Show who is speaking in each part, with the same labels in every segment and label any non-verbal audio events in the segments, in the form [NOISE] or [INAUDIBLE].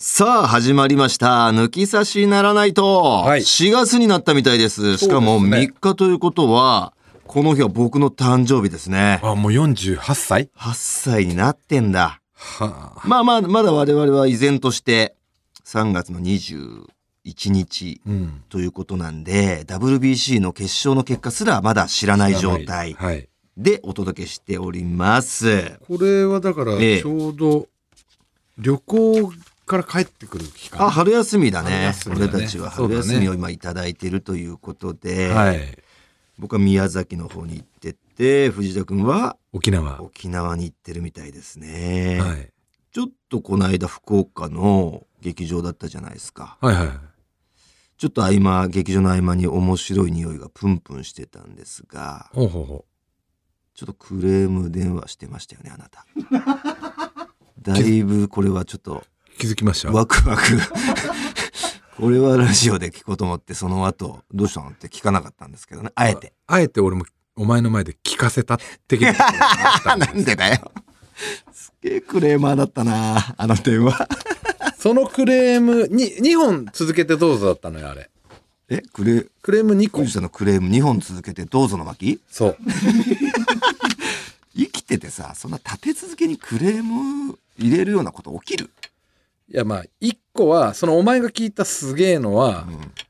Speaker 1: さあ、始まりました。抜き差しならないと。
Speaker 2: はい
Speaker 1: 4月になったみたいです。しかも
Speaker 2: そうですね
Speaker 1: 3日ということは、この日は僕の誕生日ですね。
Speaker 2: あ、もう48歳
Speaker 1: 8歳になってんだ。
Speaker 2: は
Speaker 1: まあまあ、まだ我々は依然として、3月の21日
Speaker 2: あ。うん。
Speaker 1: ということなんで、WBC の決勝の結果すらまだ知らない状態
Speaker 2: はい。
Speaker 1: でお届けしております。
Speaker 2: これはだから、
Speaker 1: ええ
Speaker 2: ちょうど、旅行から帰ってくる期間。
Speaker 1: あ、春休みだね。
Speaker 2: 春休みだね
Speaker 1: 俺たちは
Speaker 2: そう
Speaker 1: 春
Speaker 2: だね
Speaker 1: 休みを今いただいてるということで、
Speaker 2: はい。
Speaker 1: 僕は宮崎の方に行ってて、藤田くんは
Speaker 2: 沖縄。は
Speaker 1: 沖縄に行ってるみたいですね。
Speaker 2: い。はい
Speaker 1: ちょっとこの間福岡の劇場だったじゃないですか。
Speaker 2: はい。
Speaker 1: ちょっと合間、劇場の合間に面白い匂いがプンプンしてたんですが、
Speaker 2: ほうほうほ
Speaker 1: ちょっとクレーム電話してましたよね、あ
Speaker 2: [LAUGHS]
Speaker 1: なた。だいぶこれはちょっと
Speaker 2: う。気づきました。
Speaker 1: ワクワ
Speaker 2: [LAUGHS]
Speaker 1: ク。これはラジオで聞こうと思って、その後、どうしたのって聞かなかったんですけどね、あえて。
Speaker 2: あえて俺も、お前の前で聞かせた的
Speaker 1: [LAUGHS]
Speaker 2: なところがあった
Speaker 1: あ、
Speaker 2: んで
Speaker 1: なんでだよ。すげえクレーマーだったな、あの電話。
Speaker 2: そのクレームに、2本続けてどうぞだったのよ、あれ。
Speaker 1: え、クレ、
Speaker 2: クレーム2個
Speaker 1: ク。さんのクレーム2本続けて、どうぞの巻
Speaker 2: そう。
Speaker 1: 生きててさ、そんな立て続けにクレーム入れるようなこと起きる
Speaker 2: いや、まあ、1個は、そのお前が聞いたすげえのは、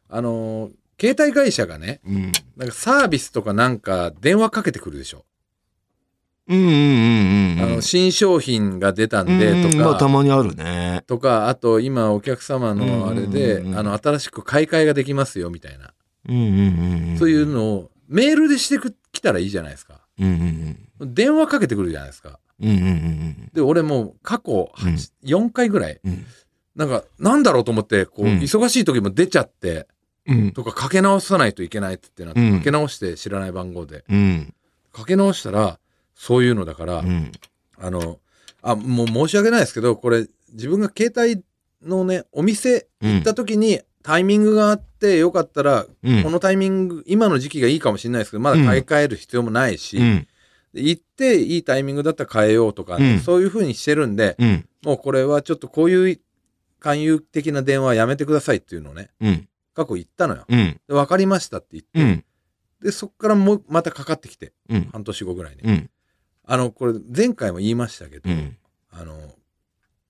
Speaker 2: あのー、携帯会社がね、
Speaker 1: うん。うん。
Speaker 2: なんかサービスとかなんか電話かけてくるでしょ。
Speaker 1: うんうんうんうん。
Speaker 2: あの新商品が出たん
Speaker 1: うん
Speaker 2: でと
Speaker 1: まあ、た
Speaker 2: か、
Speaker 1: まにあるね。
Speaker 2: とか、あと今お客様のあれ
Speaker 1: う
Speaker 2: で
Speaker 1: んうんう、ん
Speaker 2: あの新しく買い替えができますよみたいな、
Speaker 1: うんうんうんうん。
Speaker 2: そういう。のをメールでしてきたらいいじゃないですか。
Speaker 1: うんうん
Speaker 2: 電話かけてくるじゃないですか。
Speaker 1: うん。うんうんうん
Speaker 2: で、俺もう過去
Speaker 1: うん
Speaker 2: 8 4回ぐらい、
Speaker 1: うん。うん。
Speaker 2: なんかなんだろうと思って、こう、
Speaker 1: うん
Speaker 2: 忙しい時も出ちゃって、
Speaker 1: うん。
Speaker 2: とかかけ直さないといけないって言ってなって、
Speaker 1: うん
Speaker 2: かけ直して知らない番号で、
Speaker 1: うん。
Speaker 2: かけ直したら、そういうのだから、
Speaker 1: うん。
Speaker 2: あの、あ、もう申し訳ないですけど、これ、自分が携帯のね、お店行った時にタイミングがあって、よかったら、
Speaker 1: うん
Speaker 2: このタイミング、今の時期がいいかもしれないですけど、まだ買い替える必要もないし、
Speaker 1: うん。
Speaker 2: で行っていいタイミングだったら変えようとか、ね
Speaker 1: うん
Speaker 2: そういうふうにしてるんで、
Speaker 1: うん。
Speaker 2: もうこれはちょっとこういう勧誘的な電話はやめてくださいっていうのをね、
Speaker 1: うん。
Speaker 2: 過去言ったのよ。
Speaker 1: うん。
Speaker 2: で、わかりましたって言って、
Speaker 1: うん。
Speaker 2: で、そっからもうまたかかってきて、
Speaker 1: うん。
Speaker 2: 半年後ぐらいに。
Speaker 1: うん。
Speaker 2: あの、これ前回も言いましたけど、
Speaker 1: うん。
Speaker 2: あの、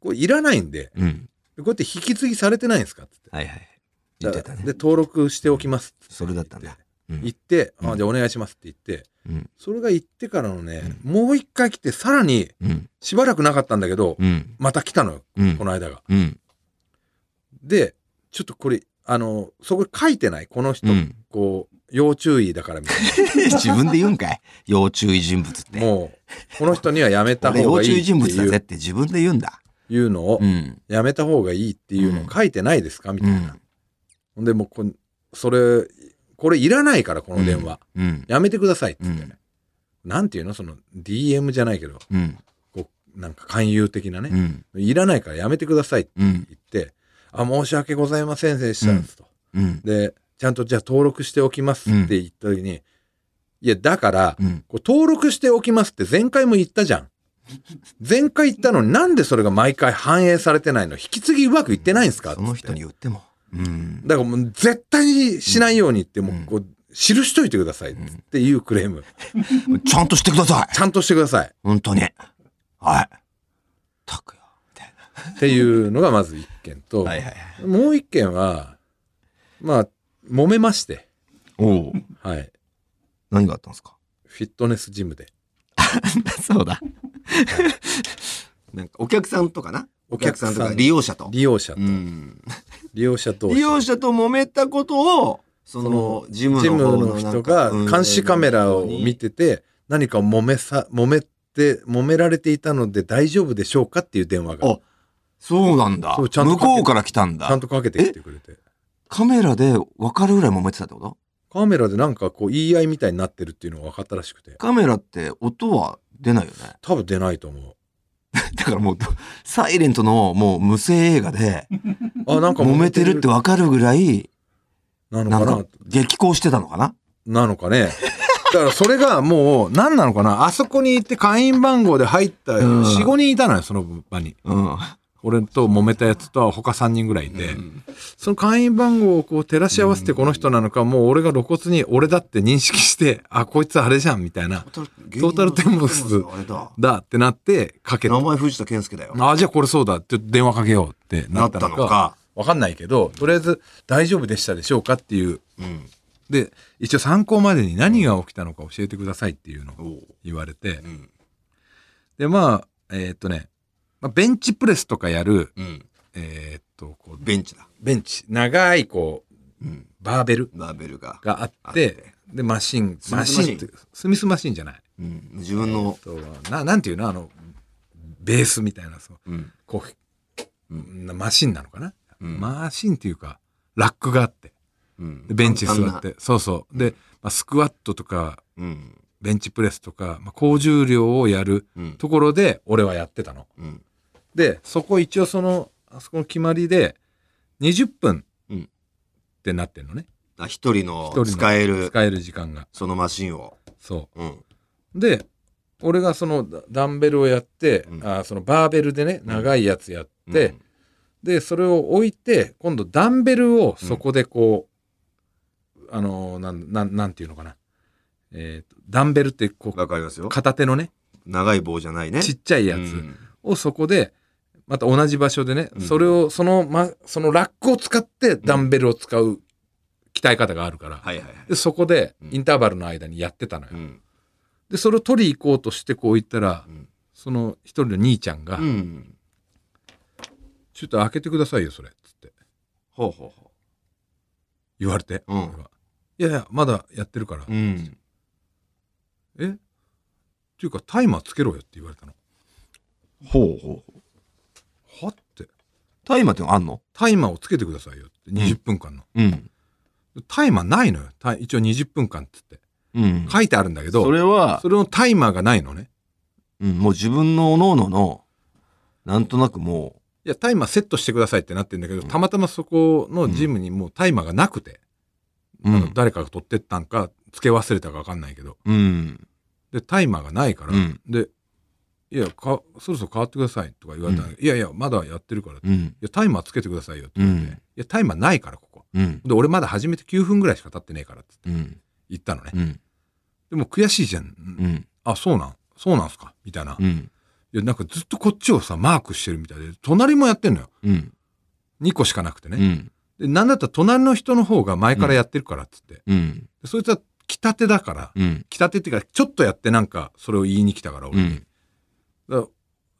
Speaker 2: これいらないんで、
Speaker 1: うん。
Speaker 2: こうやって引き継ぎされてないんですかって
Speaker 1: はいはい。言
Speaker 2: 言っ
Speaker 1: っててた
Speaker 2: で、
Speaker 1: ね。
Speaker 2: 登録しておきますって言て
Speaker 1: それだったんだ。うん
Speaker 2: 行って、
Speaker 1: うん
Speaker 2: あ、じゃあお願いしますって言って、
Speaker 1: うん。
Speaker 2: それが行ってからのね、もう一回来て、さらに
Speaker 1: うん。
Speaker 2: しばらくなかったんだけど、
Speaker 1: うん。
Speaker 2: また来たのよ、
Speaker 1: うん
Speaker 2: この間が。
Speaker 1: うん。
Speaker 2: で、ちょっとこれ、あの、そこ書いてないこの人、
Speaker 1: うん。
Speaker 2: こう、要注意だからみたい
Speaker 1: [LAUGHS] 自分で言うんかい要注意人物っ [LAUGHS]
Speaker 2: な。
Speaker 1: て。
Speaker 2: もう、この人にはやめた
Speaker 1: 俺
Speaker 2: 方
Speaker 1: 要
Speaker 2: がい
Speaker 1: 注
Speaker 2: い
Speaker 1: 意
Speaker 2: って
Speaker 1: 人物だ
Speaker 2: い
Speaker 1: ぜっ
Speaker 2: う
Speaker 1: て自分で言うんだ。
Speaker 2: いうのを
Speaker 1: う、ん。
Speaker 2: やめた方がいいっていうのを書いてないですかみた
Speaker 1: う
Speaker 2: いな。
Speaker 1: ん。
Speaker 2: ほんでもうこんそれこれいらないからこの電話、
Speaker 1: うん。
Speaker 2: やめてくださいっつって、
Speaker 1: うん
Speaker 2: なんていうのその DM じゃないけど
Speaker 1: うん。
Speaker 2: こうなんか勧誘的な
Speaker 1: う
Speaker 2: ね、
Speaker 1: ん。
Speaker 2: いらないからやめてくださいって
Speaker 1: うん。
Speaker 2: 言って「あ申し訳ございませんでした」
Speaker 1: うん
Speaker 2: と、
Speaker 1: うん。
Speaker 2: でちゃんとじゃあ登録しておきますって言った時に、いやだから、
Speaker 1: うん。
Speaker 2: こう登録しておきますって前回も言ったじゃん前回言ったのになんでそれが毎回反映されてないの引き継ぎうまくいってないんですかっつっ
Speaker 1: そ
Speaker 2: て
Speaker 1: の人に言っても。うん。
Speaker 2: だからもう絶対にしないようにって、もうこう、記しといてくださいっていうクレーム。
Speaker 1: ちゃんとしてください
Speaker 2: ちゃんとしてください
Speaker 1: 本当に。はい。たくよ。みたい
Speaker 2: っていうのがまず一件と、
Speaker 1: な。はいはいはい。
Speaker 2: もう一件は、まあ、揉めまして、
Speaker 1: おお。
Speaker 2: はい。
Speaker 1: 何があったんです
Speaker 2: [LAUGHS]
Speaker 1: か
Speaker 2: フィットネスジムで。
Speaker 1: そうだ。 [LAUGHS] なんかお客さんとかな。お
Speaker 2: お
Speaker 1: 客
Speaker 2: 客
Speaker 1: さ
Speaker 2: さ
Speaker 1: ん
Speaker 2: ん
Speaker 1: とか利用者と。
Speaker 2: 利用者と
Speaker 1: う、ん
Speaker 2: 利用者同士。
Speaker 1: 利用者と揉めたことを、そ
Speaker 2: そ
Speaker 1: の
Speaker 2: の
Speaker 1: ジム
Speaker 2: ジム
Speaker 1: の方
Speaker 2: の
Speaker 1: なんか
Speaker 2: 人が
Speaker 1: うん
Speaker 2: 監視カメラを見てて、何か揉めさ、揉めて、揉められていたので大丈夫でしょうかっていう電話が、
Speaker 1: あ
Speaker 2: ち
Speaker 1: そうなんだ。
Speaker 2: そうちゃんと
Speaker 1: 向こうから来たん
Speaker 2: ゃ
Speaker 1: だ
Speaker 2: ん。とかけてきてくれて。
Speaker 1: カメラで分かるぐらい揉めてたってこと
Speaker 2: カメラでなんかこう言い合いみたいになってるっていうのが分かったらしくて
Speaker 1: カメラって音は出ないよね。 [LAUGHS]
Speaker 2: 多分出ないと思う
Speaker 1: だからもう、サイレントのもう無声映画で、
Speaker 2: あなんか
Speaker 1: 揉めてるって分かるぐらい、
Speaker 2: なの
Speaker 1: な
Speaker 2: か
Speaker 1: ん
Speaker 2: な
Speaker 1: か激高してたのかな
Speaker 2: なの
Speaker 1: [LAUGHS]
Speaker 2: かねだからそれがもう何なのかなあそこに行って会員番号で入った
Speaker 1: うん
Speaker 2: 45人いたのよその場に
Speaker 1: うん。
Speaker 2: 俺と揉めたやつとは他3人ぐらいいて、
Speaker 1: うん
Speaker 2: その会員番号をこう照らし合わせてこの人なのか、もう俺が露骨に俺だって認識して、あ、こいつあれじゃんみたいな、
Speaker 1: ト
Speaker 2: ータルテンボス
Speaker 1: あれだ。
Speaker 2: だってなってかけた
Speaker 1: 名。前藤田健介だよ。
Speaker 2: あ、じゃあこれそうだって電話かけようってな
Speaker 1: な
Speaker 2: っ
Speaker 1: ったた
Speaker 2: の
Speaker 1: の
Speaker 2: か。
Speaker 1: か。
Speaker 2: わかんないけど、とりあえず大丈夫でしたでしょうかっていう。
Speaker 1: うん。
Speaker 2: で、一応参考までに何が起きたのか教えてくださいっていうのを
Speaker 1: おう
Speaker 2: 言われて
Speaker 1: う。ん。
Speaker 2: で、まあ、えーっとね、まあ、ベンチプレスとかやる、
Speaker 1: うん。
Speaker 2: えーっと、こう、
Speaker 1: ベンチだ。
Speaker 2: ベンチ、長い、こう、
Speaker 1: うん。
Speaker 2: バーベル
Speaker 1: ラベルが。
Speaker 2: があって、
Speaker 1: あって
Speaker 2: で、マシン、
Speaker 1: スミス
Speaker 2: マ
Speaker 1: マシン
Speaker 2: シンって、スミスマシンじゃない。
Speaker 1: うん。自分の。
Speaker 2: えーっとななんていうのあの、ベースみたいな、そう、
Speaker 1: うん。
Speaker 2: こう、
Speaker 1: うん
Speaker 2: なマシンなのかな、
Speaker 1: うん
Speaker 2: マシンっていうか、ラックがあって、
Speaker 1: うん
Speaker 2: でベンチ座
Speaker 1: 簡
Speaker 2: っ
Speaker 1: 単な
Speaker 2: て、そうそう。で、まあ、スクワットとか、
Speaker 1: うん。
Speaker 2: ベンチプレスとか、まあ、高重量をやる
Speaker 1: うん。
Speaker 2: ところで、俺はやってたの。
Speaker 1: うん。
Speaker 2: で、そこ一応その、あそこの決まりで、20分
Speaker 1: うん
Speaker 2: ってなってんのね。
Speaker 1: あ一人の
Speaker 2: 一人の
Speaker 1: 使える、
Speaker 2: 使える時間が。
Speaker 1: そのマシンを。
Speaker 2: そ
Speaker 1: うん。
Speaker 2: う。で、俺がそのダダンベルをやって、
Speaker 1: うん
Speaker 2: あそのバーベルでね、
Speaker 1: ん
Speaker 2: 長いやつやって、
Speaker 1: うん、
Speaker 2: で、それを置いて、今度ダンベルをそこでこう、あのーなん、なん、なんていうのかな。えーとダンベルってこう、
Speaker 1: わかりますよ。
Speaker 2: 片手のね、
Speaker 1: 長い棒じゃないね。
Speaker 2: ちっちゃいやつ。
Speaker 1: うん
Speaker 2: をそこでまた同じ場所でね、
Speaker 1: うん
Speaker 2: それをその,、ま、そのラックを使ってダンベルを使う鍛え方があるから、
Speaker 1: はいはいはい。
Speaker 2: でそこで
Speaker 1: うん
Speaker 2: インターバルの間にやってたのよ、
Speaker 1: うん。
Speaker 2: でそれを取り行こうとしてこう言ったら、
Speaker 1: うん
Speaker 2: その一人の兄ちゃんが、
Speaker 1: うん。
Speaker 2: ちょっと開けてくださいよそれ」っつって
Speaker 1: ほうほうほ
Speaker 2: 言われて、
Speaker 1: うん
Speaker 2: 俺がいやいやまだやってるから、
Speaker 1: う。うん。
Speaker 2: えっていうかタイマーつけろよって言われたの
Speaker 1: ほうほうほう。
Speaker 2: はって
Speaker 1: タイマーってのあんの
Speaker 2: タイマーをつけてくださいよって20分間の、
Speaker 1: うん。
Speaker 2: タイマーないのよタイ一応20分間っつって
Speaker 1: うん。
Speaker 2: 書いてあるんだけど、
Speaker 1: それは、
Speaker 2: それのタイマーがないのね。
Speaker 1: うん、もう自分の各々の、なんとなくも
Speaker 2: いや、タイマーセットしてくださいってなってんだけど、たまたまそこのジムにもうタイマーがなくて、
Speaker 1: う、う
Speaker 2: なんか
Speaker 1: ん。
Speaker 2: 誰かが取ってったんか、付け忘れたかわかんないけど、
Speaker 1: うん。
Speaker 2: で、タイマーがないから、
Speaker 1: うん
Speaker 2: で、いやか、そろそろ変わってくださいとか言われたんだけど、いやいや、まだやってるから、い
Speaker 1: うん。
Speaker 2: や、タイマーつけてくださいよって言って、
Speaker 1: うん
Speaker 2: いや、タイマーないから、ここ。
Speaker 1: うん。
Speaker 2: で、俺まだ始めて9分ぐらいしか経ってねえからって
Speaker 1: うん。
Speaker 2: 言ったのね。
Speaker 1: うん。
Speaker 2: でも悔しいじゃん。
Speaker 1: うん。
Speaker 2: あ、そうなんそうなんすかみたいな。
Speaker 1: う
Speaker 2: い
Speaker 1: ん。
Speaker 2: や、なんかずっとこっちをさ、マークしてるみたいで、隣もやってんのよ。
Speaker 1: うん。
Speaker 2: 2個しかなくてね。
Speaker 1: うん。
Speaker 2: で、なんだったら隣の人の方が前からやってるからっつって。
Speaker 1: うん。
Speaker 2: でそいつは来たてだから、
Speaker 1: うん。
Speaker 2: 来たてっていうか、ちょっとやってなんかそれを言いに来たから、
Speaker 1: う
Speaker 2: 俺。
Speaker 1: ん。
Speaker 2: だから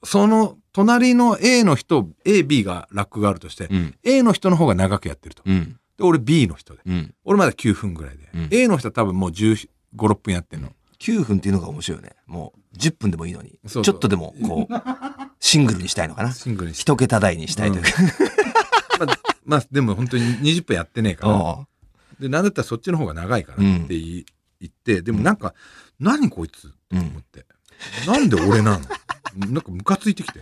Speaker 2: その隣の A の人、A、B がラックがあるとして、
Speaker 1: うん。
Speaker 2: A の人の方が長くやってると。
Speaker 1: うん。
Speaker 2: で、俺 B の人で。
Speaker 1: うん。
Speaker 2: 俺まだ9分ぐらいで。
Speaker 1: うん
Speaker 2: A の人は多分もう15、6分やってんの。
Speaker 1: 9分っていうのが面白いよね。もう10分でもいいのに、
Speaker 2: そうそう
Speaker 1: ちょっとでもこ [LAUGHS] う、シングルにしたいのかな。
Speaker 2: シングルにして。
Speaker 1: 一桁台にしたいというか。
Speaker 2: まあ、まあ、でも本当に20分やってねえから。
Speaker 1: ああ
Speaker 2: で、なんだったらそっちの方が長いから
Speaker 1: うん
Speaker 2: って言い言って、でもなんか、何こいつって思って、なんで俺なのなんかムカついてきて。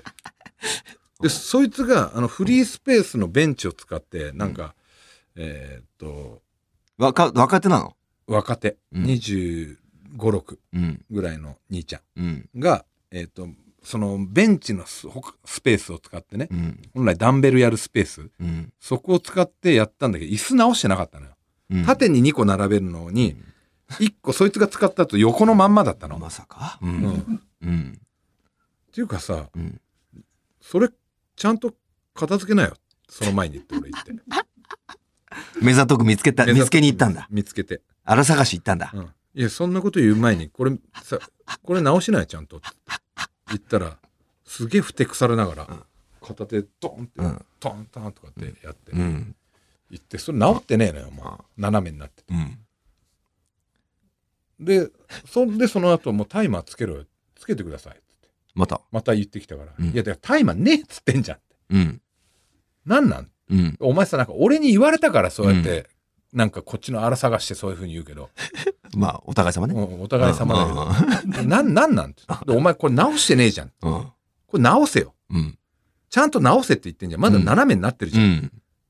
Speaker 2: で、そいつが、あの、フリースペースのベンチを使って、なんか、えーっと、
Speaker 1: 若若手なの
Speaker 2: 若手、
Speaker 1: うん
Speaker 2: 25、6
Speaker 1: うん。
Speaker 2: ぐらいの兄ちゃ
Speaker 1: うん。
Speaker 2: んが、えーっと、そのベンチのスほかスペースを使ってね、
Speaker 1: うん。
Speaker 2: 本来ダンベルやるスペース、
Speaker 1: うん。
Speaker 2: そこを使ってやったんだけど、椅子直してなかったの
Speaker 1: う
Speaker 2: よ。
Speaker 1: ん
Speaker 2: 縦に2個並べるのに、一個そいつが使った後横のまんまだったの。
Speaker 1: まさかう
Speaker 2: うんっ
Speaker 1: ん。うん。
Speaker 2: ていうかさ
Speaker 1: うん。
Speaker 2: それちゃんと片付けなよその前にって俺言って
Speaker 1: 目ざとく見つけた、見つけに行ったん [LAUGHS] だ。
Speaker 2: 見つけて、
Speaker 1: 荒探し行ったんだ
Speaker 2: う。ん、いやそんなこと言う前にこれさこれ直しなよちゃんとって言ったらすげえふてくされながら、
Speaker 1: うん
Speaker 2: 片手ドンって、
Speaker 1: うん
Speaker 2: トントンとかってやって、
Speaker 1: うん。
Speaker 2: 言ってそれ直ってねえのよもう、
Speaker 1: うん
Speaker 2: 斜めになってて
Speaker 1: うん。
Speaker 2: でそんでその後もうタイマーつけろよつけてくださいって言って
Speaker 1: また。
Speaker 2: また言ってきたから、
Speaker 1: うん
Speaker 2: いやだからタイマーねえっつってんじゃんって
Speaker 1: うん。
Speaker 2: なんなん
Speaker 1: うん。
Speaker 2: お前さ、なんか俺に言われたからそうやって、なんかこっちの荒探してそういうふうに言うけど、
Speaker 1: まあ、お互い様ね。
Speaker 2: うんお互い様だ
Speaker 1: だ
Speaker 2: けど、なん、なんなんて。でお前これ直してねえじゃん。
Speaker 1: けど。
Speaker 2: これ直せよ。
Speaker 1: うん。
Speaker 2: ちゃんと直せって言ってんじゃん。まだ斜めになってるじ
Speaker 1: う
Speaker 2: ゃんっ
Speaker 1: ん。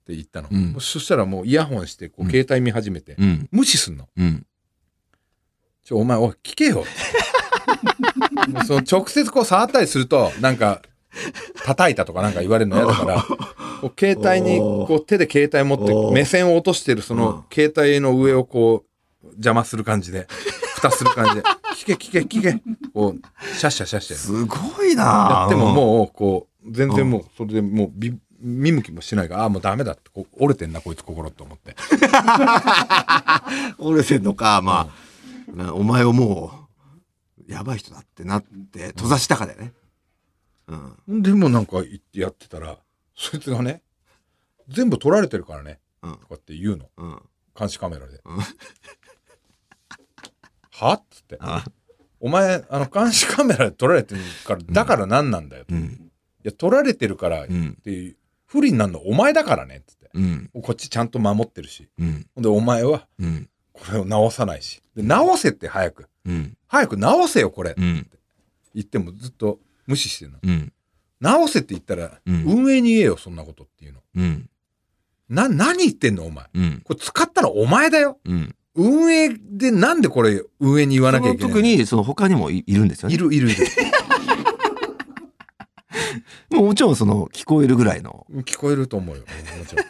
Speaker 2: て言ったの。
Speaker 1: うん
Speaker 2: そしたらもうイヤホンして、こ
Speaker 1: う
Speaker 2: うん携帯見始めて、
Speaker 1: うん。
Speaker 2: 無視すんの。
Speaker 1: うん。
Speaker 2: ちょ、お前、おい、聞けよ。もうその直接こう触ったりすると、なんか、叩いたとかなんか言われるの嫌だから、こう携帯に、こう手で携帯持って目線を落としてるその携帯の上をこう邪魔する感じで、蓋する感じで、聞け聞け聞け、こう、シャッシャシャッシャ。
Speaker 1: すごいな
Speaker 2: やっても
Speaker 1: う
Speaker 2: もうこう全然もうそれでもうび見向きもしないからああもうダメだってこう折れてんなこいつ心と思って
Speaker 1: 折れてんのかまあ、なお前をもうやばい人だってなって閉ざしたかだよねうん
Speaker 2: でもなんか言ってやってたらそいつがね全部取られてるからね
Speaker 1: うん
Speaker 2: とかって言うの
Speaker 1: うん
Speaker 2: 監視カメラで
Speaker 1: うん
Speaker 2: [LAUGHS] はっつって
Speaker 1: あ
Speaker 2: お前あの監視カメラで取られてるからだから何なんだよ、
Speaker 1: う
Speaker 2: い
Speaker 1: ん
Speaker 2: や取られてるからっ
Speaker 1: うん
Speaker 2: ていう不利になるのお前だからねっつって
Speaker 1: うん
Speaker 2: こっちちゃんと守ってるし
Speaker 1: うん
Speaker 2: ほんでお前は
Speaker 1: うん
Speaker 2: これを直さないしで直せって早く
Speaker 1: うん
Speaker 2: 早く直せよこれ
Speaker 1: うん
Speaker 2: 言ってもずっと無視してるの。
Speaker 1: うん
Speaker 2: 直せって言ったら、
Speaker 1: うん
Speaker 2: 運営に言えよ、そんなことっていうの。
Speaker 1: うん
Speaker 2: な、何言ってんの、お前。
Speaker 1: うん
Speaker 2: これ使ったらお前だよ。
Speaker 1: うん
Speaker 2: 運営でなんでこれ運営に言わなきゃいけない
Speaker 1: その特にその他にもいいるんですよね
Speaker 2: いるいるいる。
Speaker 1: もうもちろんその聞こえるぐらいの
Speaker 2: 聞こえると思うよ。もちろ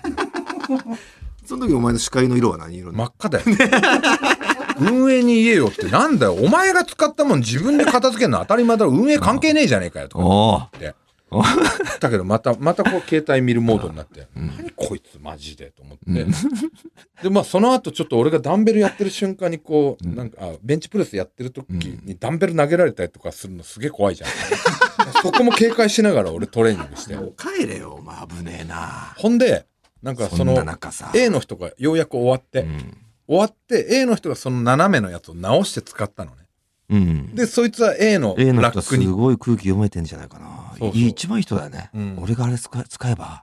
Speaker 2: ん。
Speaker 1: その時お前の視界の色は何色
Speaker 2: 真っ赤だよ。運営に言えよってなんだよ。お前が使ったもん自分で片付けるの当たり前だろ。運営関係ねえじゃねえかよとか
Speaker 1: おお
Speaker 2: 言って
Speaker 1: お。
Speaker 2: だけどまた、またこう携帯見るモードになって。
Speaker 1: うん
Speaker 2: 何こいつマジでと思って、
Speaker 1: うん
Speaker 2: でまあその後ちょっと俺がダンベルやってる瞬間にこう、
Speaker 1: うん
Speaker 2: なんかあベンチプレスやってる時
Speaker 1: う
Speaker 2: にダンベル投げられたりとかするのすげえ怖いじゃん [LAUGHS] そこも警戒しながら俺トレーニングして
Speaker 1: もう帰れよお前危ねえな
Speaker 2: ほんでなんか
Speaker 1: そ
Speaker 2: そ
Speaker 1: ん
Speaker 2: の
Speaker 1: な中さ
Speaker 2: A の人がようやく終わって、
Speaker 1: うん
Speaker 2: 終わって A の人がその斜めのやつを直して使ったのね
Speaker 1: うん
Speaker 2: でそいつは A の
Speaker 1: A の
Speaker 2: ラ
Speaker 1: 人
Speaker 2: ック
Speaker 1: す
Speaker 2: に
Speaker 1: ごい空気読めてんじゃないかな
Speaker 2: そうそう
Speaker 1: いい一番いい人だよね、
Speaker 2: うん
Speaker 1: 俺があれ使え使えば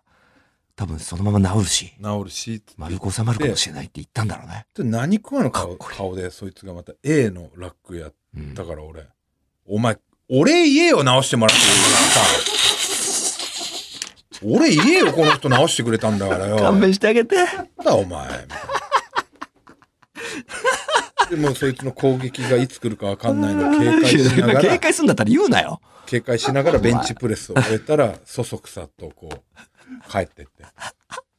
Speaker 1: 多分そのまま治るし
Speaker 2: 直るしつって
Speaker 1: 丸く収まるかもしれないって言ったんだろうね、
Speaker 2: で何食わの顔
Speaker 1: かっこいい
Speaker 2: 顔でそいつがまた A のラックやって
Speaker 1: うん
Speaker 2: だから俺、お前、俺言えよ、直してもらってるからさ。俺言えよ、この人直してくれたんだからよ。
Speaker 1: 勘
Speaker 2: なん
Speaker 1: 弁してあげて
Speaker 2: だ、お前。みたいなでもそいつの攻撃がいつ来るかわかんないの警戒しな
Speaker 1: [LAUGHS]
Speaker 2: が
Speaker 1: 警
Speaker 2: ら、
Speaker 1: 戒するんだったら言うなよ
Speaker 2: 警戒しながらベンチプレスを終えたら、そそくさとこう、帰ってって。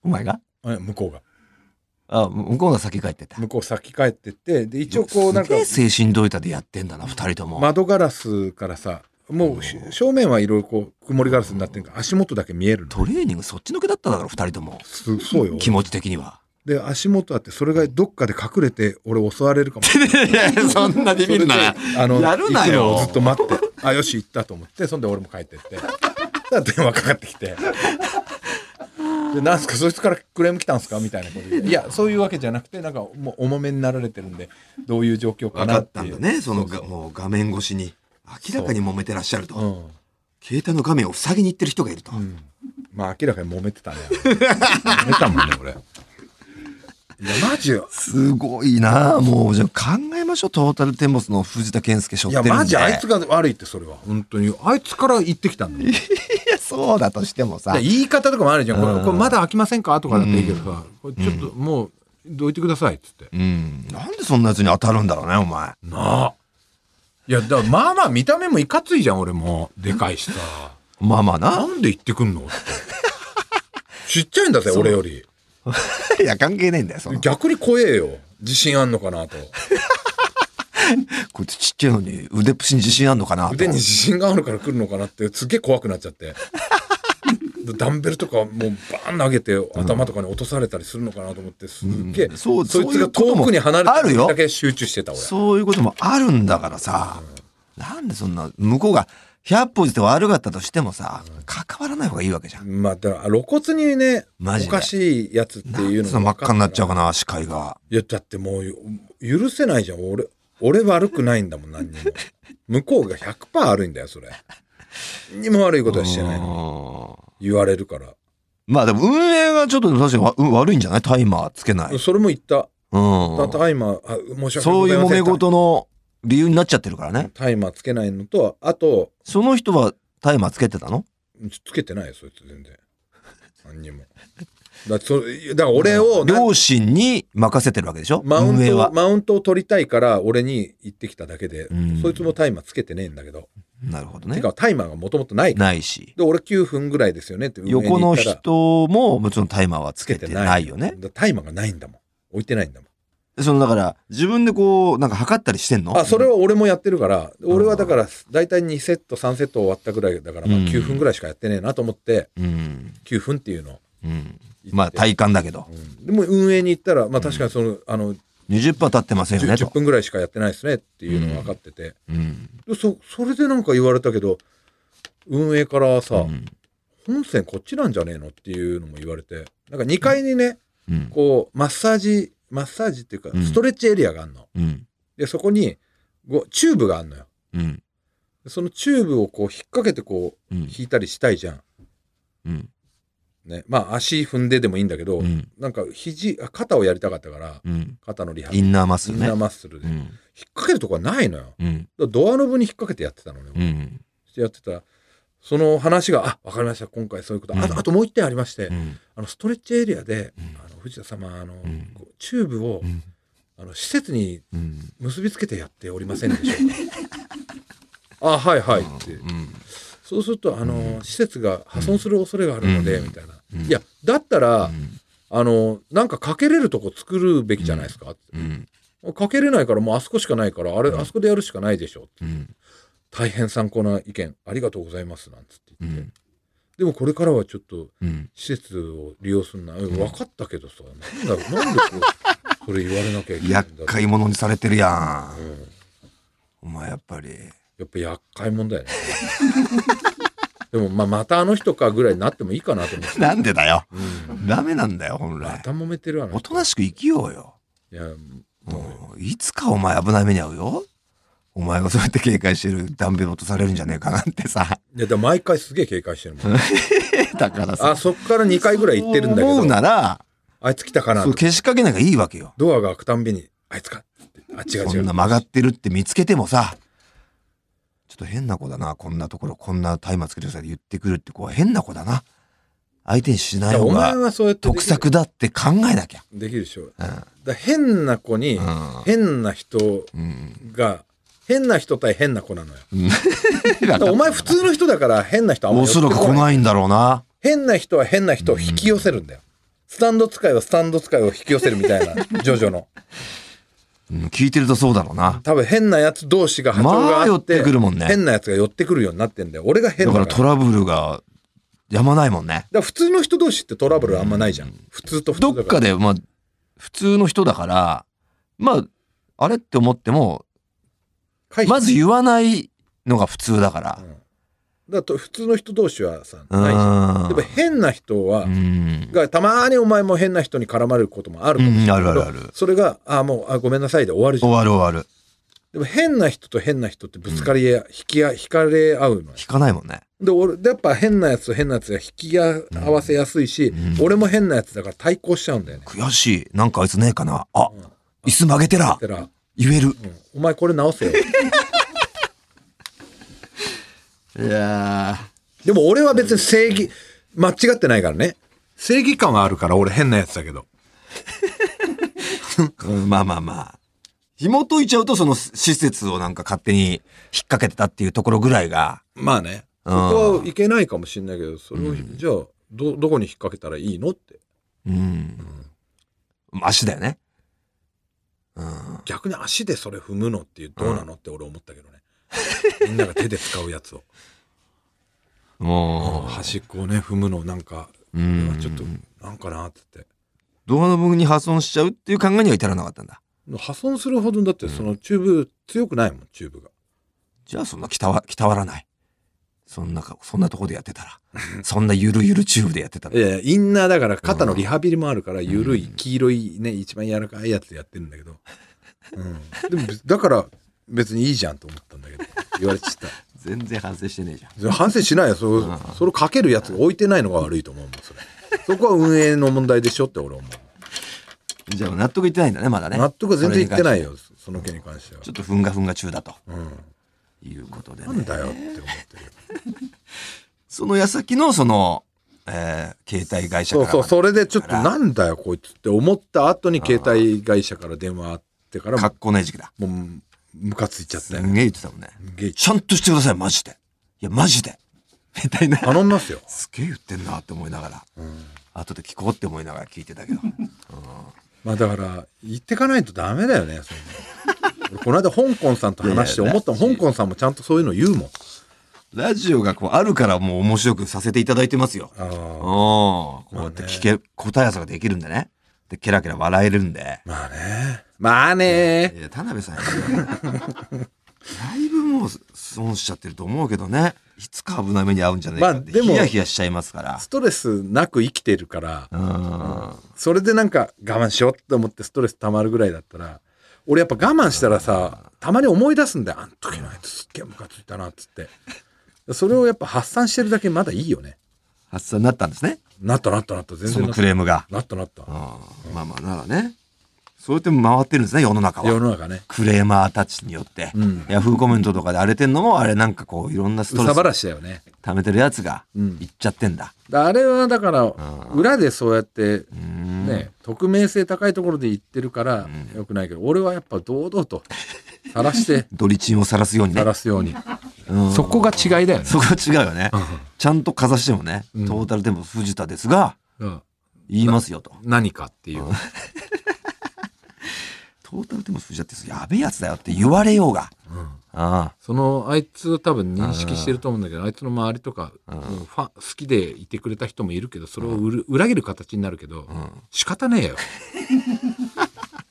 Speaker 1: お前が
Speaker 2: え向こうが。
Speaker 1: あ向こうが先帰ってた
Speaker 2: 向こう先帰ってって、で、一応こうなんか、
Speaker 1: すげえ精神どいたでやってんだな二人とも、
Speaker 2: 窓ガラスからさ、もうし正面はいろいろこう曇りガラスになってるから足元だけ見えるの。
Speaker 1: トレーニングそっちのけだっただろ二人とも
Speaker 2: すそうよ。
Speaker 1: 気持ち的に
Speaker 2: [LAUGHS]
Speaker 1: は
Speaker 2: で、足元あって、それがどっかで隠れて、俺襲われるかも。
Speaker 1: いやいやそんなビビるなら
Speaker 2: それであの、
Speaker 1: やるなよ
Speaker 2: 行くのをずっと待って、あ、よし、行ったと思って、そんで俺も帰ってって。さあ、電話かかってきて。で、なんすか、そいつからクレーム来たんすかみたいなこと言っていや、そういうわけじゃなくて、なんか、もう重めになられてるんで、どういう状況か
Speaker 1: 分
Speaker 2: な
Speaker 1: か
Speaker 2: っ
Speaker 1: ってた
Speaker 2: い
Speaker 1: ん
Speaker 2: う。
Speaker 1: だねその
Speaker 2: うう
Speaker 1: もう画面越しに明らかに揉めてらっしゃると、
Speaker 2: うん。
Speaker 1: 携帯の画面を塞ぎに行ってる人がいると、
Speaker 2: うんまあ、明らかに揉めてた
Speaker 1: [LAUGHS]
Speaker 2: ね。揉めたもんね、俺。いや、マジよ。
Speaker 1: すごいなあもうじゃあ考えましょうトータルテンボスの藤田健介しょっ
Speaker 2: い
Speaker 1: てる
Speaker 2: や、
Speaker 1: んで
Speaker 2: マジ、あいつが悪いって、それは。本当に。あいつから言ってきたんだよ
Speaker 1: いやそうだとしてもさ
Speaker 2: で言い方とかもあるじゃん。
Speaker 1: う
Speaker 2: これ
Speaker 1: ん
Speaker 2: これまだ開きませんかとかだっていいけどさ、これちょっともう、どいてくださいっつって。
Speaker 1: うんなんでそんなやつに当たるんだろうねお前
Speaker 2: なあ。いや、だからまあまあ見た目もいかついじゃん、俺も。でかいしさ。
Speaker 1: まあまあ
Speaker 2: な
Speaker 1: なん
Speaker 2: で言ってくん [LAUGHS] のって。ちっちゃいんだぜ、俺より。
Speaker 1: [LAUGHS] いや関係ねえんだよその
Speaker 2: 逆に怖えよ。自信あんのかなと。
Speaker 1: こいつちっちゃいのに腕っぷしに自信あんのかなと
Speaker 2: 腕に自信があるから来るのかなって、すっげえ怖くなっちゃ [LAUGHS] って。ダンベルとかもうバーン投げて頭とかに落とされたりするのかなと思ってすっげえ、
Speaker 1: うんそ
Speaker 2: そうい
Speaker 1: そう
Speaker 2: つ
Speaker 1: い
Speaker 2: が
Speaker 1: うこと
Speaker 2: 遠
Speaker 1: も
Speaker 2: くに離れ
Speaker 1: あ
Speaker 2: て
Speaker 1: る
Speaker 2: る
Speaker 1: よ
Speaker 2: だけ集中してた俺
Speaker 1: そういうこともあるんだからさ、なんでそんな向こうが100歩して悪かったとしてもさ関わらない方がいいわけじゃん
Speaker 2: まあ、だから露骨にね、お
Speaker 1: マジで
Speaker 2: かしいやつって
Speaker 1: ないん
Speaker 2: う
Speaker 1: で
Speaker 2: の
Speaker 1: そんな真っ赤になっちゃう
Speaker 2: う。
Speaker 1: かな視界が
Speaker 2: いや、だってもう、許せないじゃん。俺、俺悪くないんだもん、何
Speaker 1: [LAUGHS]
Speaker 2: にも。向こうが100%悪いんだよ、それ。何にも悪いことはしてないのに。
Speaker 1: う
Speaker 2: 言われるから。
Speaker 1: んまあでも運営がちょっと確かにわうん悪いんじゃないタイマーつけない、
Speaker 2: それも言った。
Speaker 1: うん、
Speaker 2: タイマー、あ、申し訳
Speaker 1: そ
Speaker 2: ご
Speaker 1: う
Speaker 2: ざ
Speaker 1: い
Speaker 2: いう
Speaker 1: 揉
Speaker 2: ません。
Speaker 1: め事の理由になっちゃってるからね
Speaker 2: タイマーつけないのと、あと、
Speaker 1: その人はタイマーつけてたの
Speaker 2: つけてないよ、そいつ、全然。何にも。だってそれだから俺を、なん
Speaker 1: 両親に任せてるわけでしょ
Speaker 2: マウン
Speaker 1: 運営
Speaker 2: トを
Speaker 1: は
Speaker 2: マウントを取りたいから俺に言ってきただけで、
Speaker 1: うん
Speaker 2: そいつもタイマーつけてねえんだけど、
Speaker 1: なるほど
Speaker 2: て
Speaker 1: ね。
Speaker 2: かタイマーがもともとないから
Speaker 1: ないし。
Speaker 2: で俺9分ぐらいですよねって運営に
Speaker 1: 横
Speaker 2: 言
Speaker 1: の
Speaker 2: ったら
Speaker 1: 人ももちろんタイマーはつ
Speaker 2: つ
Speaker 1: け
Speaker 2: け
Speaker 1: て
Speaker 2: て
Speaker 1: な
Speaker 2: ないい
Speaker 1: よね。
Speaker 2: だタイマーがないんだもん置いてないんだもん
Speaker 1: そのだから自分でこうなんか測ったりしてんの
Speaker 2: あそれは俺もやってるから俺はだから大体2セット3セット終わったぐらいだからまあ
Speaker 1: うん
Speaker 2: 9分ぐらいしかやってねえなと思って
Speaker 1: うん。
Speaker 2: 9分っていうのを
Speaker 1: うん。
Speaker 2: 言って
Speaker 1: まあ体感だけど。
Speaker 2: うんでも運営に行ったらまあ確かにそのあの
Speaker 1: 20%経ってませんよね
Speaker 2: 10, 10
Speaker 1: と。
Speaker 2: 分ぐらいしかやってないですねっていうのが分かってて
Speaker 1: うん。
Speaker 2: でそそれでなんか言われたけど運営からさ、
Speaker 1: うん
Speaker 2: 本線こっちなんじゃねえのっていうのも言われてなんか2階にね
Speaker 1: うん。
Speaker 2: こうマッサージマッサージっていうか
Speaker 1: うん
Speaker 2: ストレッチエリアがあんの。
Speaker 1: うん。
Speaker 2: でそこにごチューブがあんのよ。
Speaker 1: うん。
Speaker 2: そのチューブをこう引っ掛けてこう
Speaker 1: うん。
Speaker 2: 引いたりしたいじゃん。
Speaker 1: うん。
Speaker 2: ね、まあ足踏んででもいいんだけど、
Speaker 1: うん。
Speaker 2: なんか肘あ肩をやりたかったから
Speaker 1: うん。
Speaker 2: 肩のリハビ
Speaker 1: イ
Speaker 2: リ
Speaker 1: ンナーマッスル
Speaker 2: イン
Speaker 1: ね
Speaker 2: ナー。マッスルで、
Speaker 1: う
Speaker 2: 引っ
Speaker 1: ん。
Speaker 2: 掛けるとこはないのよ。だか
Speaker 1: うん。
Speaker 2: らドアノブに引っ掛けてやってたのね。
Speaker 1: うん。
Speaker 2: してやってたらその話が「あわかりました今回そういうこと、あ
Speaker 1: うん
Speaker 2: あともう一点ありまして、
Speaker 1: うん。
Speaker 2: あのストレッチエリアで、
Speaker 1: うん
Speaker 2: あの藤田様あの、
Speaker 1: ん
Speaker 2: こうチューブを、
Speaker 1: うん
Speaker 2: あの施設に
Speaker 1: うん。
Speaker 2: 結びつけてやっておりませんでしょ
Speaker 1: [LAUGHS]
Speaker 2: うかあはいはいって、
Speaker 1: うん。
Speaker 2: そうするとあの、施設が破損する恐れがあるので、
Speaker 1: うん
Speaker 2: みたいな、
Speaker 1: うん
Speaker 2: いやだったら、
Speaker 1: うん
Speaker 2: あのなんかかけれるとこ作るべきじゃないですか、
Speaker 1: うん。
Speaker 2: かけれないからもうあそこしかないからあれ、
Speaker 1: うん
Speaker 2: あそこでやるしかないでしょう
Speaker 1: うん。
Speaker 2: 大変参考な意見ありがとうございますなんつって
Speaker 1: う
Speaker 2: 言って、
Speaker 1: ん。
Speaker 2: でもこれからはちょっと
Speaker 1: うん。
Speaker 2: 施設を利用するな、うん、分かったけどさなんだなんでこうそれ言われなきゃいけないんだ
Speaker 1: 厄介者にされてるや。
Speaker 2: うんん
Speaker 1: お前やっぱり。
Speaker 2: やっぱ厄介もんだよね [LAUGHS] でもまあまたあの人かぐらいになってもいいかなと思って、
Speaker 1: なんでだよ。
Speaker 2: うん、
Speaker 1: ダメなんだよ、本
Speaker 2: ま
Speaker 1: 来。
Speaker 2: た揉めてるわね
Speaker 1: おとなしく生きようよ。
Speaker 2: いやも
Speaker 1: もういつかお前危ない目に遭うよ。お前がそうやって警戒してるダンベル落とされるんじゃねえかなってさ。
Speaker 2: ういやだから毎回すげえ警戒してるもん
Speaker 1: だからさ。
Speaker 2: あそっから2回ぐらい行ってるんだけ
Speaker 1: そう思う
Speaker 2: ど
Speaker 1: なら、
Speaker 2: あいつ来たかな
Speaker 1: そう
Speaker 2: と
Speaker 1: 消しかけなきゃいいわけよ。
Speaker 2: ドアが開くたんびにあいつかってあ違う違う
Speaker 1: そんな曲がってるって見つけてもさ。ちょっと変な子だな。こんなところ、こんな松明つけてくださいって言ってくるって子は変な子だな。相手にしない
Speaker 2: いや
Speaker 1: 方
Speaker 2: お前
Speaker 1: が
Speaker 2: はそうやってでき
Speaker 1: 得
Speaker 2: る
Speaker 1: 策だって考えなきゃ。
Speaker 2: できるでしょだか
Speaker 1: うん。
Speaker 2: ら変な子に
Speaker 1: う
Speaker 2: 変な人
Speaker 1: ん。
Speaker 2: が変な人対変な子なのよ
Speaker 1: うん。
Speaker 2: だからお前普通の人だから変な人あんま
Speaker 1: お
Speaker 2: 寄って
Speaker 1: そらく来
Speaker 2: い
Speaker 1: ないんだろうな。
Speaker 2: 変な人は変な人を引き寄せるんだよ、スタンド使いはスタンド使いを引き寄せるみたいな
Speaker 1: [LAUGHS]
Speaker 2: ジョジョの
Speaker 1: うん、聞いてるとそうだろうな。
Speaker 2: 多分変なやつ同士が波長
Speaker 1: ま
Speaker 2: が
Speaker 1: あ
Speaker 2: あ
Speaker 1: 寄っ
Speaker 2: って,、
Speaker 1: てくるもんね。
Speaker 2: 変なやつが寄ってくるようになってんだよ俺が変
Speaker 1: だ
Speaker 2: だ
Speaker 1: か
Speaker 2: から
Speaker 1: トラ
Speaker 2: ら
Speaker 1: ブルがやまないもんね。
Speaker 2: だから普通の人同士ってトラブルあんまないじゃん、普通と普
Speaker 1: ど
Speaker 2: 通
Speaker 1: っ
Speaker 2: だか
Speaker 1: からで、まあ、普通の人だから、まあ、あれって思っても、
Speaker 2: 回避
Speaker 1: まず言わないのが普通だから
Speaker 2: うん。だからと普通の人同士はさ
Speaker 1: う
Speaker 2: ないじゃん
Speaker 1: ん。
Speaker 2: やっぱ変な人は、
Speaker 1: うん。
Speaker 2: がたまーにお前も変な人に絡まれることもある
Speaker 1: う、
Speaker 2: と思うん
Speaker 1: あ
Speaker 2: け
Speaker 1: る
Speaker 2: ど
Speaker 1: あるある。
Speaker 2: それが「あーもうあごめんなさい」で終わるじゃ
Speaker 1: 終
Speaker 2: ん
Speaker 1: わる終わる。
Speaker 2: でも変な人と変な人ってぶつかり合い、引き合い引かれ合うのよ
Speaker 1: 引かないもんね。
Speaker 2: で俺でやっぱ変なやつと変なやつが引き合わせやすいし、
Speaker 1: うん
Speaker 2: 俺も変なやつだから対抗しちゃうんだよね。
Speaker 1: 悔しい。なんかあいつねえかな。あ
Speaker 2: うん、
Speaker 1: 椅子曲げてら
Speaker 2: だ。から、
Speaker 1: 言える。
Speaker 2: うんお前これ
Speaker 1: [LAUGHS]
Speaker 2: 直せよ。
Speaker 1: いや
Speaker 2: でも俺は別に正義間違ってないからね。正義感はあるから俺変なやつだけど。
Speaker 1: まあまあまあ。紐解いちゃうと、その施設をなんか勝手に引っ掛けてたっていうところぐらいが、
Speaker 2: まあね。
Speaker 1: う
Speaker 2: そ
Speaker 1: ん
Speaker 2: こはいけないかもしれないけど、それを、
Speaker 1: うん
Speaker 2: じゃあどどこに引っ掛けたらいいのって。
Speaker 1: うん。足だよね。うん。
Speaker 2: 逆に足でそれ踏むのってどうなのって俺思ったけどね。みんなが手で使うやつを。
Speaker 1: も
Speaker 2: 端っこをね踏むのなんか、
Speaker 1: う、う
Speaker 2: うわ
Speaker 1: ん。
Speaker 2: ちょっとなんかなってって。
Speaker 1: ドアノブに破損しちゃうっていう考えには至らなかったんだ。
Speaker 2: 破損するほどだってそのチューブ強くないもんチューブが
Speaker 1: じゃあそんなきたわ、きたわらない。そんなか、そんなとこでやってたら。 [LAUGHS] そんなゆるゆるチューブでやってたら。
Speaker 2: いやいやインナーだから肩のリハビリもあるから緩い黄色いね一番柔らかいやつやってるんだけど、うん、でも別だから別にいいじゃんと思ったんだけど言われちゃった
Speaker 1: 全然反省してねえじゃん。
Speaker 2: それ反省しないよそれそれをかけるやつが置いてないのが悪いと思うもんそれそこは運営の問題でしょって俺は思う
Speaker 1: じゃあ納得いってないんだね、まだね。
Speaker 2: 納得は全然いってない
Speaker 1: よ。
Speaker 2: よその件に関しては
Speaker 1: ちょっとふんがふんが中だと
Speaker 2: うん
Speaker 1: いうことで
Speaker 2: なん
Speaker 1: ね。
Speaker 2: だよって思ってる
Speaker 1: その矢先のその、えー携帯会社
Speaker 2: そ
Speaker 1: か
Speaker 2: う
Speaker 1: ら。
Speaker 2: そうそれでちょっと
Speaker 1: から
Speaker 2: なんだよこいつって思った後に携帯会社から電話あってからも
Speaker 1: 格好の餌食だ。
Speaker 2: もうムカついちゃって
Speaker 1: す。んげえ言ってたもんね。
Speaker 2: ゲイ
Speaker 1: ちゃんとしてください、マジで。いや、マジで。みたいな。
Speaker 2: 頼みますよ。
Speaker 1: すげえ言ってんなって思いながら。後で聞こうって思いながら聞いてたけど。
Speaker 2: まあだから、行ってかないとダメだよね、そんな俺この間、香港さんと話して
Speaker 1: いやい
Speaker 2: 思
Speaker 1: や
Speaker 2: ったもん香港さんもちゃんとそういうの言うもん。
Speaker 1: ラジオがこうあるからもう面白くさせていただいてますよ。うん。
Speaker 2: あ
Speaker 1: こうやって聞け、答え合わせができるんでね。で、ケラケラ笑えるんで。
Speaker 2: あまあね。まあね。
Speaker 1: いや、田辺さんやね [LAUGHS] だいぶもう損しちゃってると思うけどね。いつか危ない目に遭うんじゃないかって、
Speaker 2: まあでも
Speaker 1: ヒヤヒヤしちゃいますから
Speaker 2: ス。トレスなく生きてるから、
Speaker 1: うん。
Speaker 2: それでなんか我慢しようって思ってストレス溜まるぐらいだったら、俺やっぱ我慢したらさ、たまに思い出すんだよ。あん時のやつすっげえムカついたな、っつって。それをやっぱ発散してるだけまだいいよね。
Speaker 1: 発散になったんですね。
Speaker 2: なったなったなった。全
Speaker 1: そ
Speaker 2: 然
Speaker 1: の
Speaker 2: なっ
Speaker 1: ク
Speaker 2: た
Speaker 1: レームが。
Speaker 2: なったなった。
Speaker 1: うんまあまあ、ならね。そうやって回ってるんですね、世の中
Speaker 2: 世
Speaker 1: は。
Speaker 2: の中ね。
Speaker 1: クレーマーたちによって。
Speaker 2: ん
Speaker 1: ヤフーコメントとかで荒れてんのも、あれなんかこう、いろんなス
Speaker 2: う
Speaker 1: トレ
Speaker 2: さば
Speaker 1: ス
Speaker 2: らしだよね。
Speaker 1: 溜めてるやつが、
Speaker 2: うん
Speaker 1: いっちゃってんだ。
Speaker 2: だあれはだから
Speaker 1: ん
Speaker 2: 裏でそうやって
Speaker 1: うーん
Speaker 2: ね、匿名性高いところで言ってるから
Speaker 1: うん
Speaker 2: よくないけど俺はやっぱ堂々と
Speaker 1: [LAUGHS]
Speaker 2: 晒して
Speaker 1: ドリチンを晒すようにね。
Speaker 2: 晒すように
Speaker 1: うん
Speaker 2: そこが違いだよね
Speaker 1: そこは違うよね。ちゃんとかざしてもね、
Speaker 2: うん
Speaker 1: トータルテンボス藤田ですが、
Speaker 2: うん
Speaker 1: 言いますよと。
Speaker 2: 何かっていう
Speaker 1: トータルテンボス藤田ってやべえやつだよって言われようが。
Speaker 2: うん
Speaker 1: あ
Speaker 2: そのあいつを多分認識してると思うんだけどあいつの周りとかもうファン好きでいてくれた人もいるけどそれを売る裏切る形になるけど
Speaker 1: ん
Speaker 2: 仕方ね
Speaker 1: [LAUGHS]
Speaker 2: えよ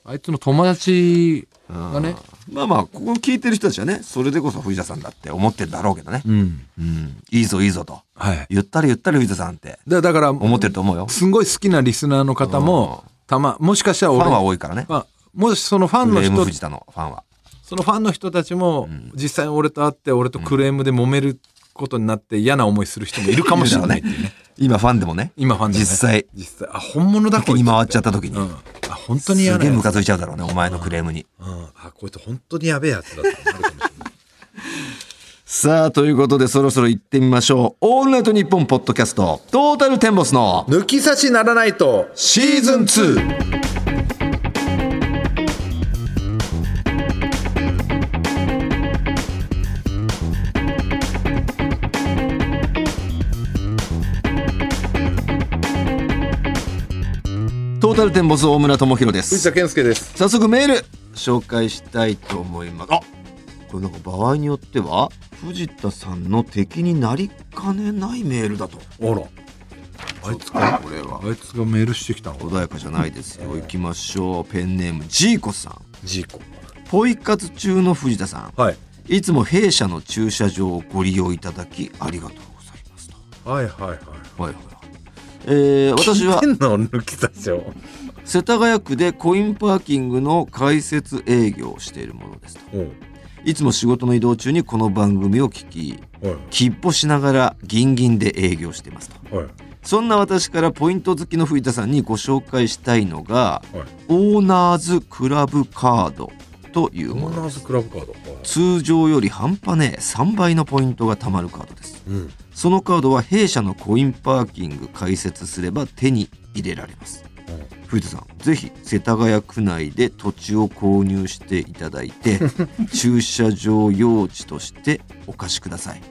Speaker 2: あいつの友達
Speaker 1: あ。うん
Speaker 2: がね
Speaker 1: まあまあ、ここ聞いてる人たちはね、それでこそ藤田さんだって思ってるだろうけどね。
Speaker 2: うん
Speaker 1: うん。いいぞいいぞと。
Speaker 2: はい
Speaker 1: 言ったら言ったら藤田さんって
Speaker 2: だだから
Speaker 1: 思ってると思うよ。
Speaker 2: すごい好きなリスナーの方も、たま、もしかしたら
Speaker 1: フ
Speaker 2: 俺
Speaker 1: ァンは多いからね。
Speaker 2: まあもしそのファン
Speaker 1: ク
Speaker 2: の
Speaker 1: レーム
Speaker 2: 人、
Speaker 1: 藤田のファンは。
Speaker 2: そのファンの人たちも、実際に俺と会って、俺とクレームで揉めることになって嫌な思いする人もいるかもしれないっていうね。
Speaker 1: 今ファンでもね。
Speaker 2: 今ファンで、ね、
Speaker 1: 実際。
Speaker 2: 実際。あ、本物だ、
Speaker 1: 敵
Speaker 2: こいつ
Speaker 1: に回っちゃった時に
Speaker 2: う。ん。あ、本当に
Speaker 1: す
Speaker 2: 嫌な
Speaker 1: げえ
Speaker 2: や
Speaker 1: ム
Speaker 2: つ。
Speaker 1: カついちゃうだろうね、お前のクレームに。
Speaker 2: うん、あ、こいつ本当にやべえやつだってなるかもしれない。
Speaker 1: さあ、ということでそろそろ行ってみましょう。オールナイトニッポンポッドキャスト、トータルテンボスの
Speaker 2: 抜き差しならないと、
Speaker 1: シーズン 2! トータルテンボス大村智弘です。
Speaker 2: 藤田健介です。
Speaker 1: 早速メール紹介したいと思いますあこれなんか場合によっては藤田さんの敵になりかねないメールだと
Speaker 2: あら。あいつが、
Speaker 1: これは
Speaker 2: あいつがメールしてきたの
Speaker 1: 穏やかじゃないですよ行きましょうペンネームジーコさん
Speaker 2: ジーコ。
Speaker 1: ポイ活中の藤田さ
Speaker 2: はい。
Speaker 1: んいつも弊社の駐車場をご利用いただきありがとうございますと
Speaker 2: はいはいはい。
Speaker 1: はいはいえー私は
Speaker 2: 変な抜き差しを。
Speaker 1: 世田谷区でコインパーキングの開設営業をしているものですと
Speaker 2: おう
Speaker 1: いつも仕事の移動中にこの番組を聞き
Speaker 2: はい
Speaker 1: きっぽしながらギンギンで営業してますと
Speaker 2: はい
Speaker 1: そんな私からポイント好きの藤田さんにご紹介したいのが
Speaker 2: は
Speaker 1: オ
Speaker 2: い。
Speaker 1: ーナーズクラブカードというも
Speaker 2: オー
Speaker 1: の
Speaker 2: ナーズクラブカード。はい
Speaker 1: 通常より半端ねえ3倍のポイントがたまるカードです
Speaker 2: うん。
Speaker 1: そのカードは弊社のコインパーキング開設すれば手に入れられます藤田さんぜひ世田谷区内で土地を購入していただい
Speaker 2: [LAUGHS]
Speaker 1: て駐車場用地としてお貸しください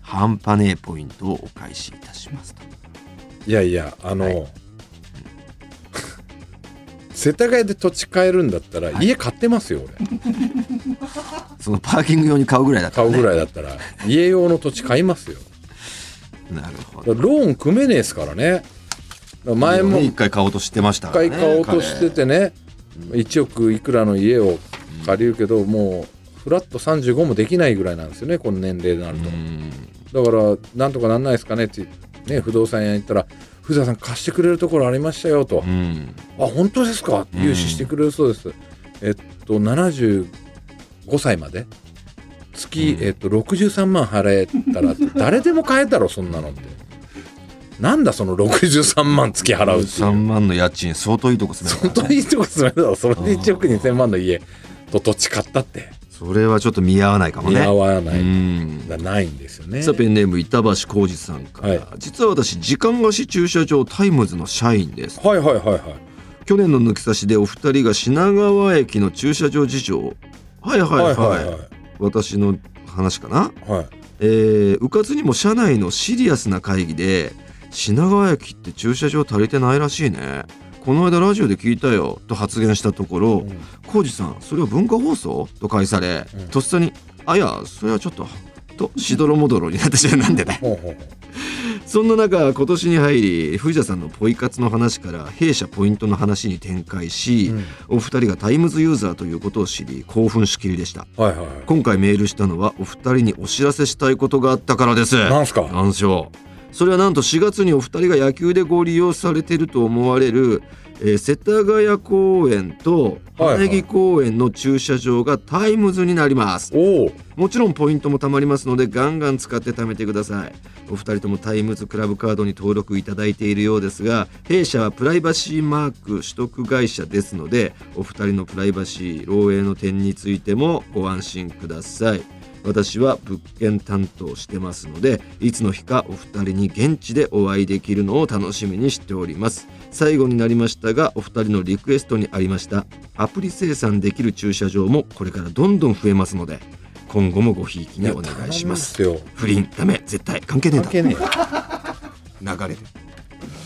Speaker 1: 半端ねえポイントをお返しいたしますと
Speaker 2: いやいや、あの、 [LAUGHS] 世田谷で土地買えるんだったら、家買ってますよ、俺。
Speaker 1: そのパーキング用に買うぐらいだった
Speaker 2: 買
Speaker 1: ら、
Speaker 2: う
Speaker 1: ね、
Speaker 2: ぐらいだったら、家用の土地買いますよ。
Speaker 1: なるほ
Speaker 2: だ
Speaker 1: ど
Speaker 2: からローン組めねえっすからね。だから前も
Speaker 1: 一
Speaker 2: 一
Speaker 1: 回買おうとしてましたから、ね、
Speaker 2: 回買おうとしててね、1億いくらの家を借りるけど、もう、フラット35もできないぐらいなんですよね、この年齢になる
Speaker 1: 彼
Speaker 2: と。
Speaker 1: うん
Speaker 2: だから、なんとかなんないですかねって、ね、不動産屋に行ったら、藤田さん貸してくれるところありましたよと。
Speaker 1: うん
Speaker 2: あ本当ですかって融資してくれるそうです、えっと75歳まで月、
Speaker 1: うん
Speaker 2: えっと63万払えた
Speaker 1: [LAUGHS]
Speaker 2: らって誰でも買えたろそんなのってなんだその63万月
Speaker 1: [LAUGHS]
Speaker 2: 払うって
Speaker 1: 3
Speaker 2: いう
Speaker 1: 万の家賃相当いいとこ住め
Speaker 2: 相
Speaker 1: るから
Speaker 2: 当
Speaker 1: ね
Speaker 2: いいとこ住めるだろそれで1億2000万の家と土地買ったって
Speaker 1: それはちょっと見合わないかも
Speaker 2: 似
Speaker 1: ね
Speaker 2: 合わ
Speaker 1: う
Speaker 2: ない、
Speaker 1: ん
Speaker 2: だないんですよね
Speaker 1: さあペンネーム板橋浩二さんから、
Speaker 2: はい
Speaker 1: 実は私時間貸し駐車場タイムズの社員です
Speaker 2: はいはいはいはい
Speaker 1: 去年の抜き差しでお二人が品川駅の駐車場事情はいはい
Speaker 2: は
Speaker 1: はいい、
Speaker 2: はいは
Speaker 1: 私の話かな。
Speaker 2: いはい
Speaker 1: えー、うかつにも社内のシリアスな会議で品川駅って駐車場足りてないらしいねこの間ラジオで聞いたよと発言したところ
Speaker 2: うん
Speaker 1: 「浩二さんそれは文化放送?」と返され、
Speaker 2: うん
Speaker 1: とっさに「あいやそれはちょっと」としどろもどろになって
Speaker 2: [LAUGHS]
Speaker 1: しまうなんでだ
Speaker 2: ほうほうほう
Speaker 1: そんな中今年に入り藤田さんのポイ活の話から弊社ポイントの話に展開し、
Speaker 2: うん
Speaker 1: お二人がタイムズユーザーということを知り興奮しきりでした
Speaker 2: はいはいは
Speaker 1: 今回メールしたのはお二人にお知らせしたいことがあったからです
Speaker 2: いなんすか
Speaker 1: なんでしょうそれはなんと4月にお二人が野球でご利用されていると思われる、えー世田谷公園と
Speaker 2: はいは
Speaker 1: 花
Speaker 2: い
Speaker 1: 木公園の駐車場がタイムズになります、
Speaker 2: おお
Speaker 1: もちろんポイントも貯まりますのでガンガン使って貯めてくださいお二人ともタイムズクラブカードに登録いただいているようですが弊社はプライバシーマーク取得会社ですのでお二人のプライバシー漏洩の点についてもご安心ください私は物件担当してますのでいつの日かお二人に現地でお会いできるのを楽しみにしております最後になりましたがお二人のリクエストにありましたアプリ生産できる駐車場もこれからどんどん増えますので今後もごひいきにお願いします
Speaker 2: 頼むっ
Speaker 1: 不倫ダメ絶対関係ね
Speaker 2: すよ関係ね
Speaker 1: えだ流れで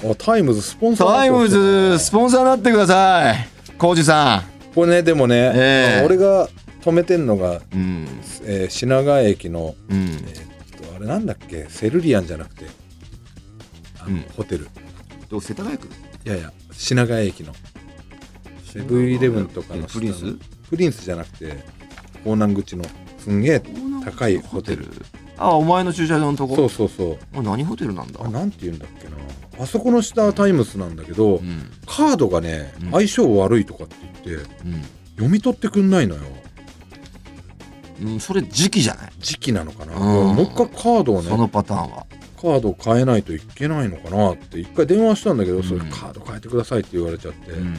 Speaker 2: えあタイムズスポンサー
Speaker 3: タイムズスポンサーになってください浩二さ
Speaker 2: これねでもね、
Speaker 3: ええ
Speaker 2: 俺が止めてんのが、
Speaker 1: うん
Speaker 2: えー品川駅の、
Speaker 1: うん
Speaker 2: えーっとあれなんだっけセルリアンじゃなくてあの、
Speaker 1: うん
Speaker 2: ホテル
Speaker 1: と世田谷区
Speaker 2: いやいや品川駅のセブンイレブンとかの
Speaker 1: えプリンス
Speaker 2: プリンスじゃなくて港南口のすんげえ高いホテル
Speaker 1: あお前の駐車場のとこ
Speaker 2: そうそうそう
Speaker 1: あ何ホテルなんだ
Speaker 2: あなんて言うんだっけなあそこの下はタイムスなんだけど、
Speaker 1: うん
Speaker 2: カードがね
Speaker 1: うん
Speaker 2: 相性悪いとかって言って読み取ってくんないのよ
Speaker 1: うん、うん、それ時期じゃない
Speaker 2: 時期なのかな、
Speaker 1: うん
Speaker 2: もう一回カードをね
Speaker 1: そのパターンは
Speaker 2: カードを変えないといけないのかなって一回電話したんだけど、
Speaker 1: うん
Speaker 2: それカード変えてくださいって言われちゃって、
Speaker 1: うん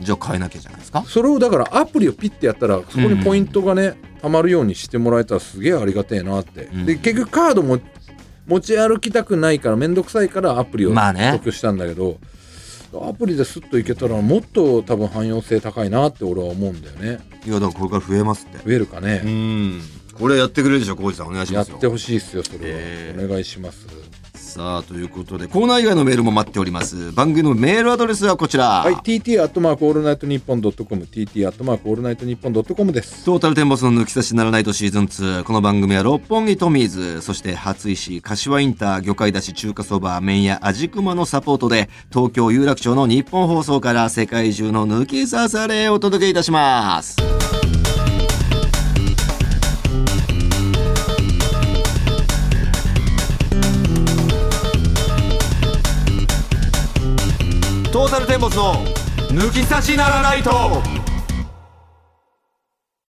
Speaker 1: じゃあ変えなきゃじゃないですか
Speaker 2: それをだからアプリをピッてやったらそこにポイントがね、たまるようにしてもらえたらすげえありがてえなって、
Speaker 1: うん
Speaker 2: で結局カードも持ち歩きたくないから面倒くさいからアプリを
Speaker 1: まあね
Speaker 2: 取得したんだけど、アプリですっといけたらもっと多分汎用性高いなって俺は思うんだよね
Speaker 1: いやだからこれから増えますって
Speaker 2: 増えるかね、
Speaker 1: うんこれやってくれるでしょ浩二さんお願いし
Speaker 2: や
Speaker 1: ま
Speaker 2: っ
Speaker 1: すよ
Speaker 2: てほしいですよそれは、
Speaker 1: ええ
Speaker 2: お願いします
Speaker 1: さあということでコーナー以外のメールも待っております番組のメールアドレスはこちら、
Speaker 2: はい、TT アットマークオールナイトニッポンドットコム TT アットマークオールナイトニッポンドットコムです。
Speaker 1: トータルテンボスの抜き差しならないとシーズン2。この番組は六本木トミーズ、そして初石、柏インター、魚介だし、中華そば、麺屋、味熊のサポートで、東京有楽町の日本放送から世界中の抜き差されをお届けいたします。トータルテンボスの抜き差しならないと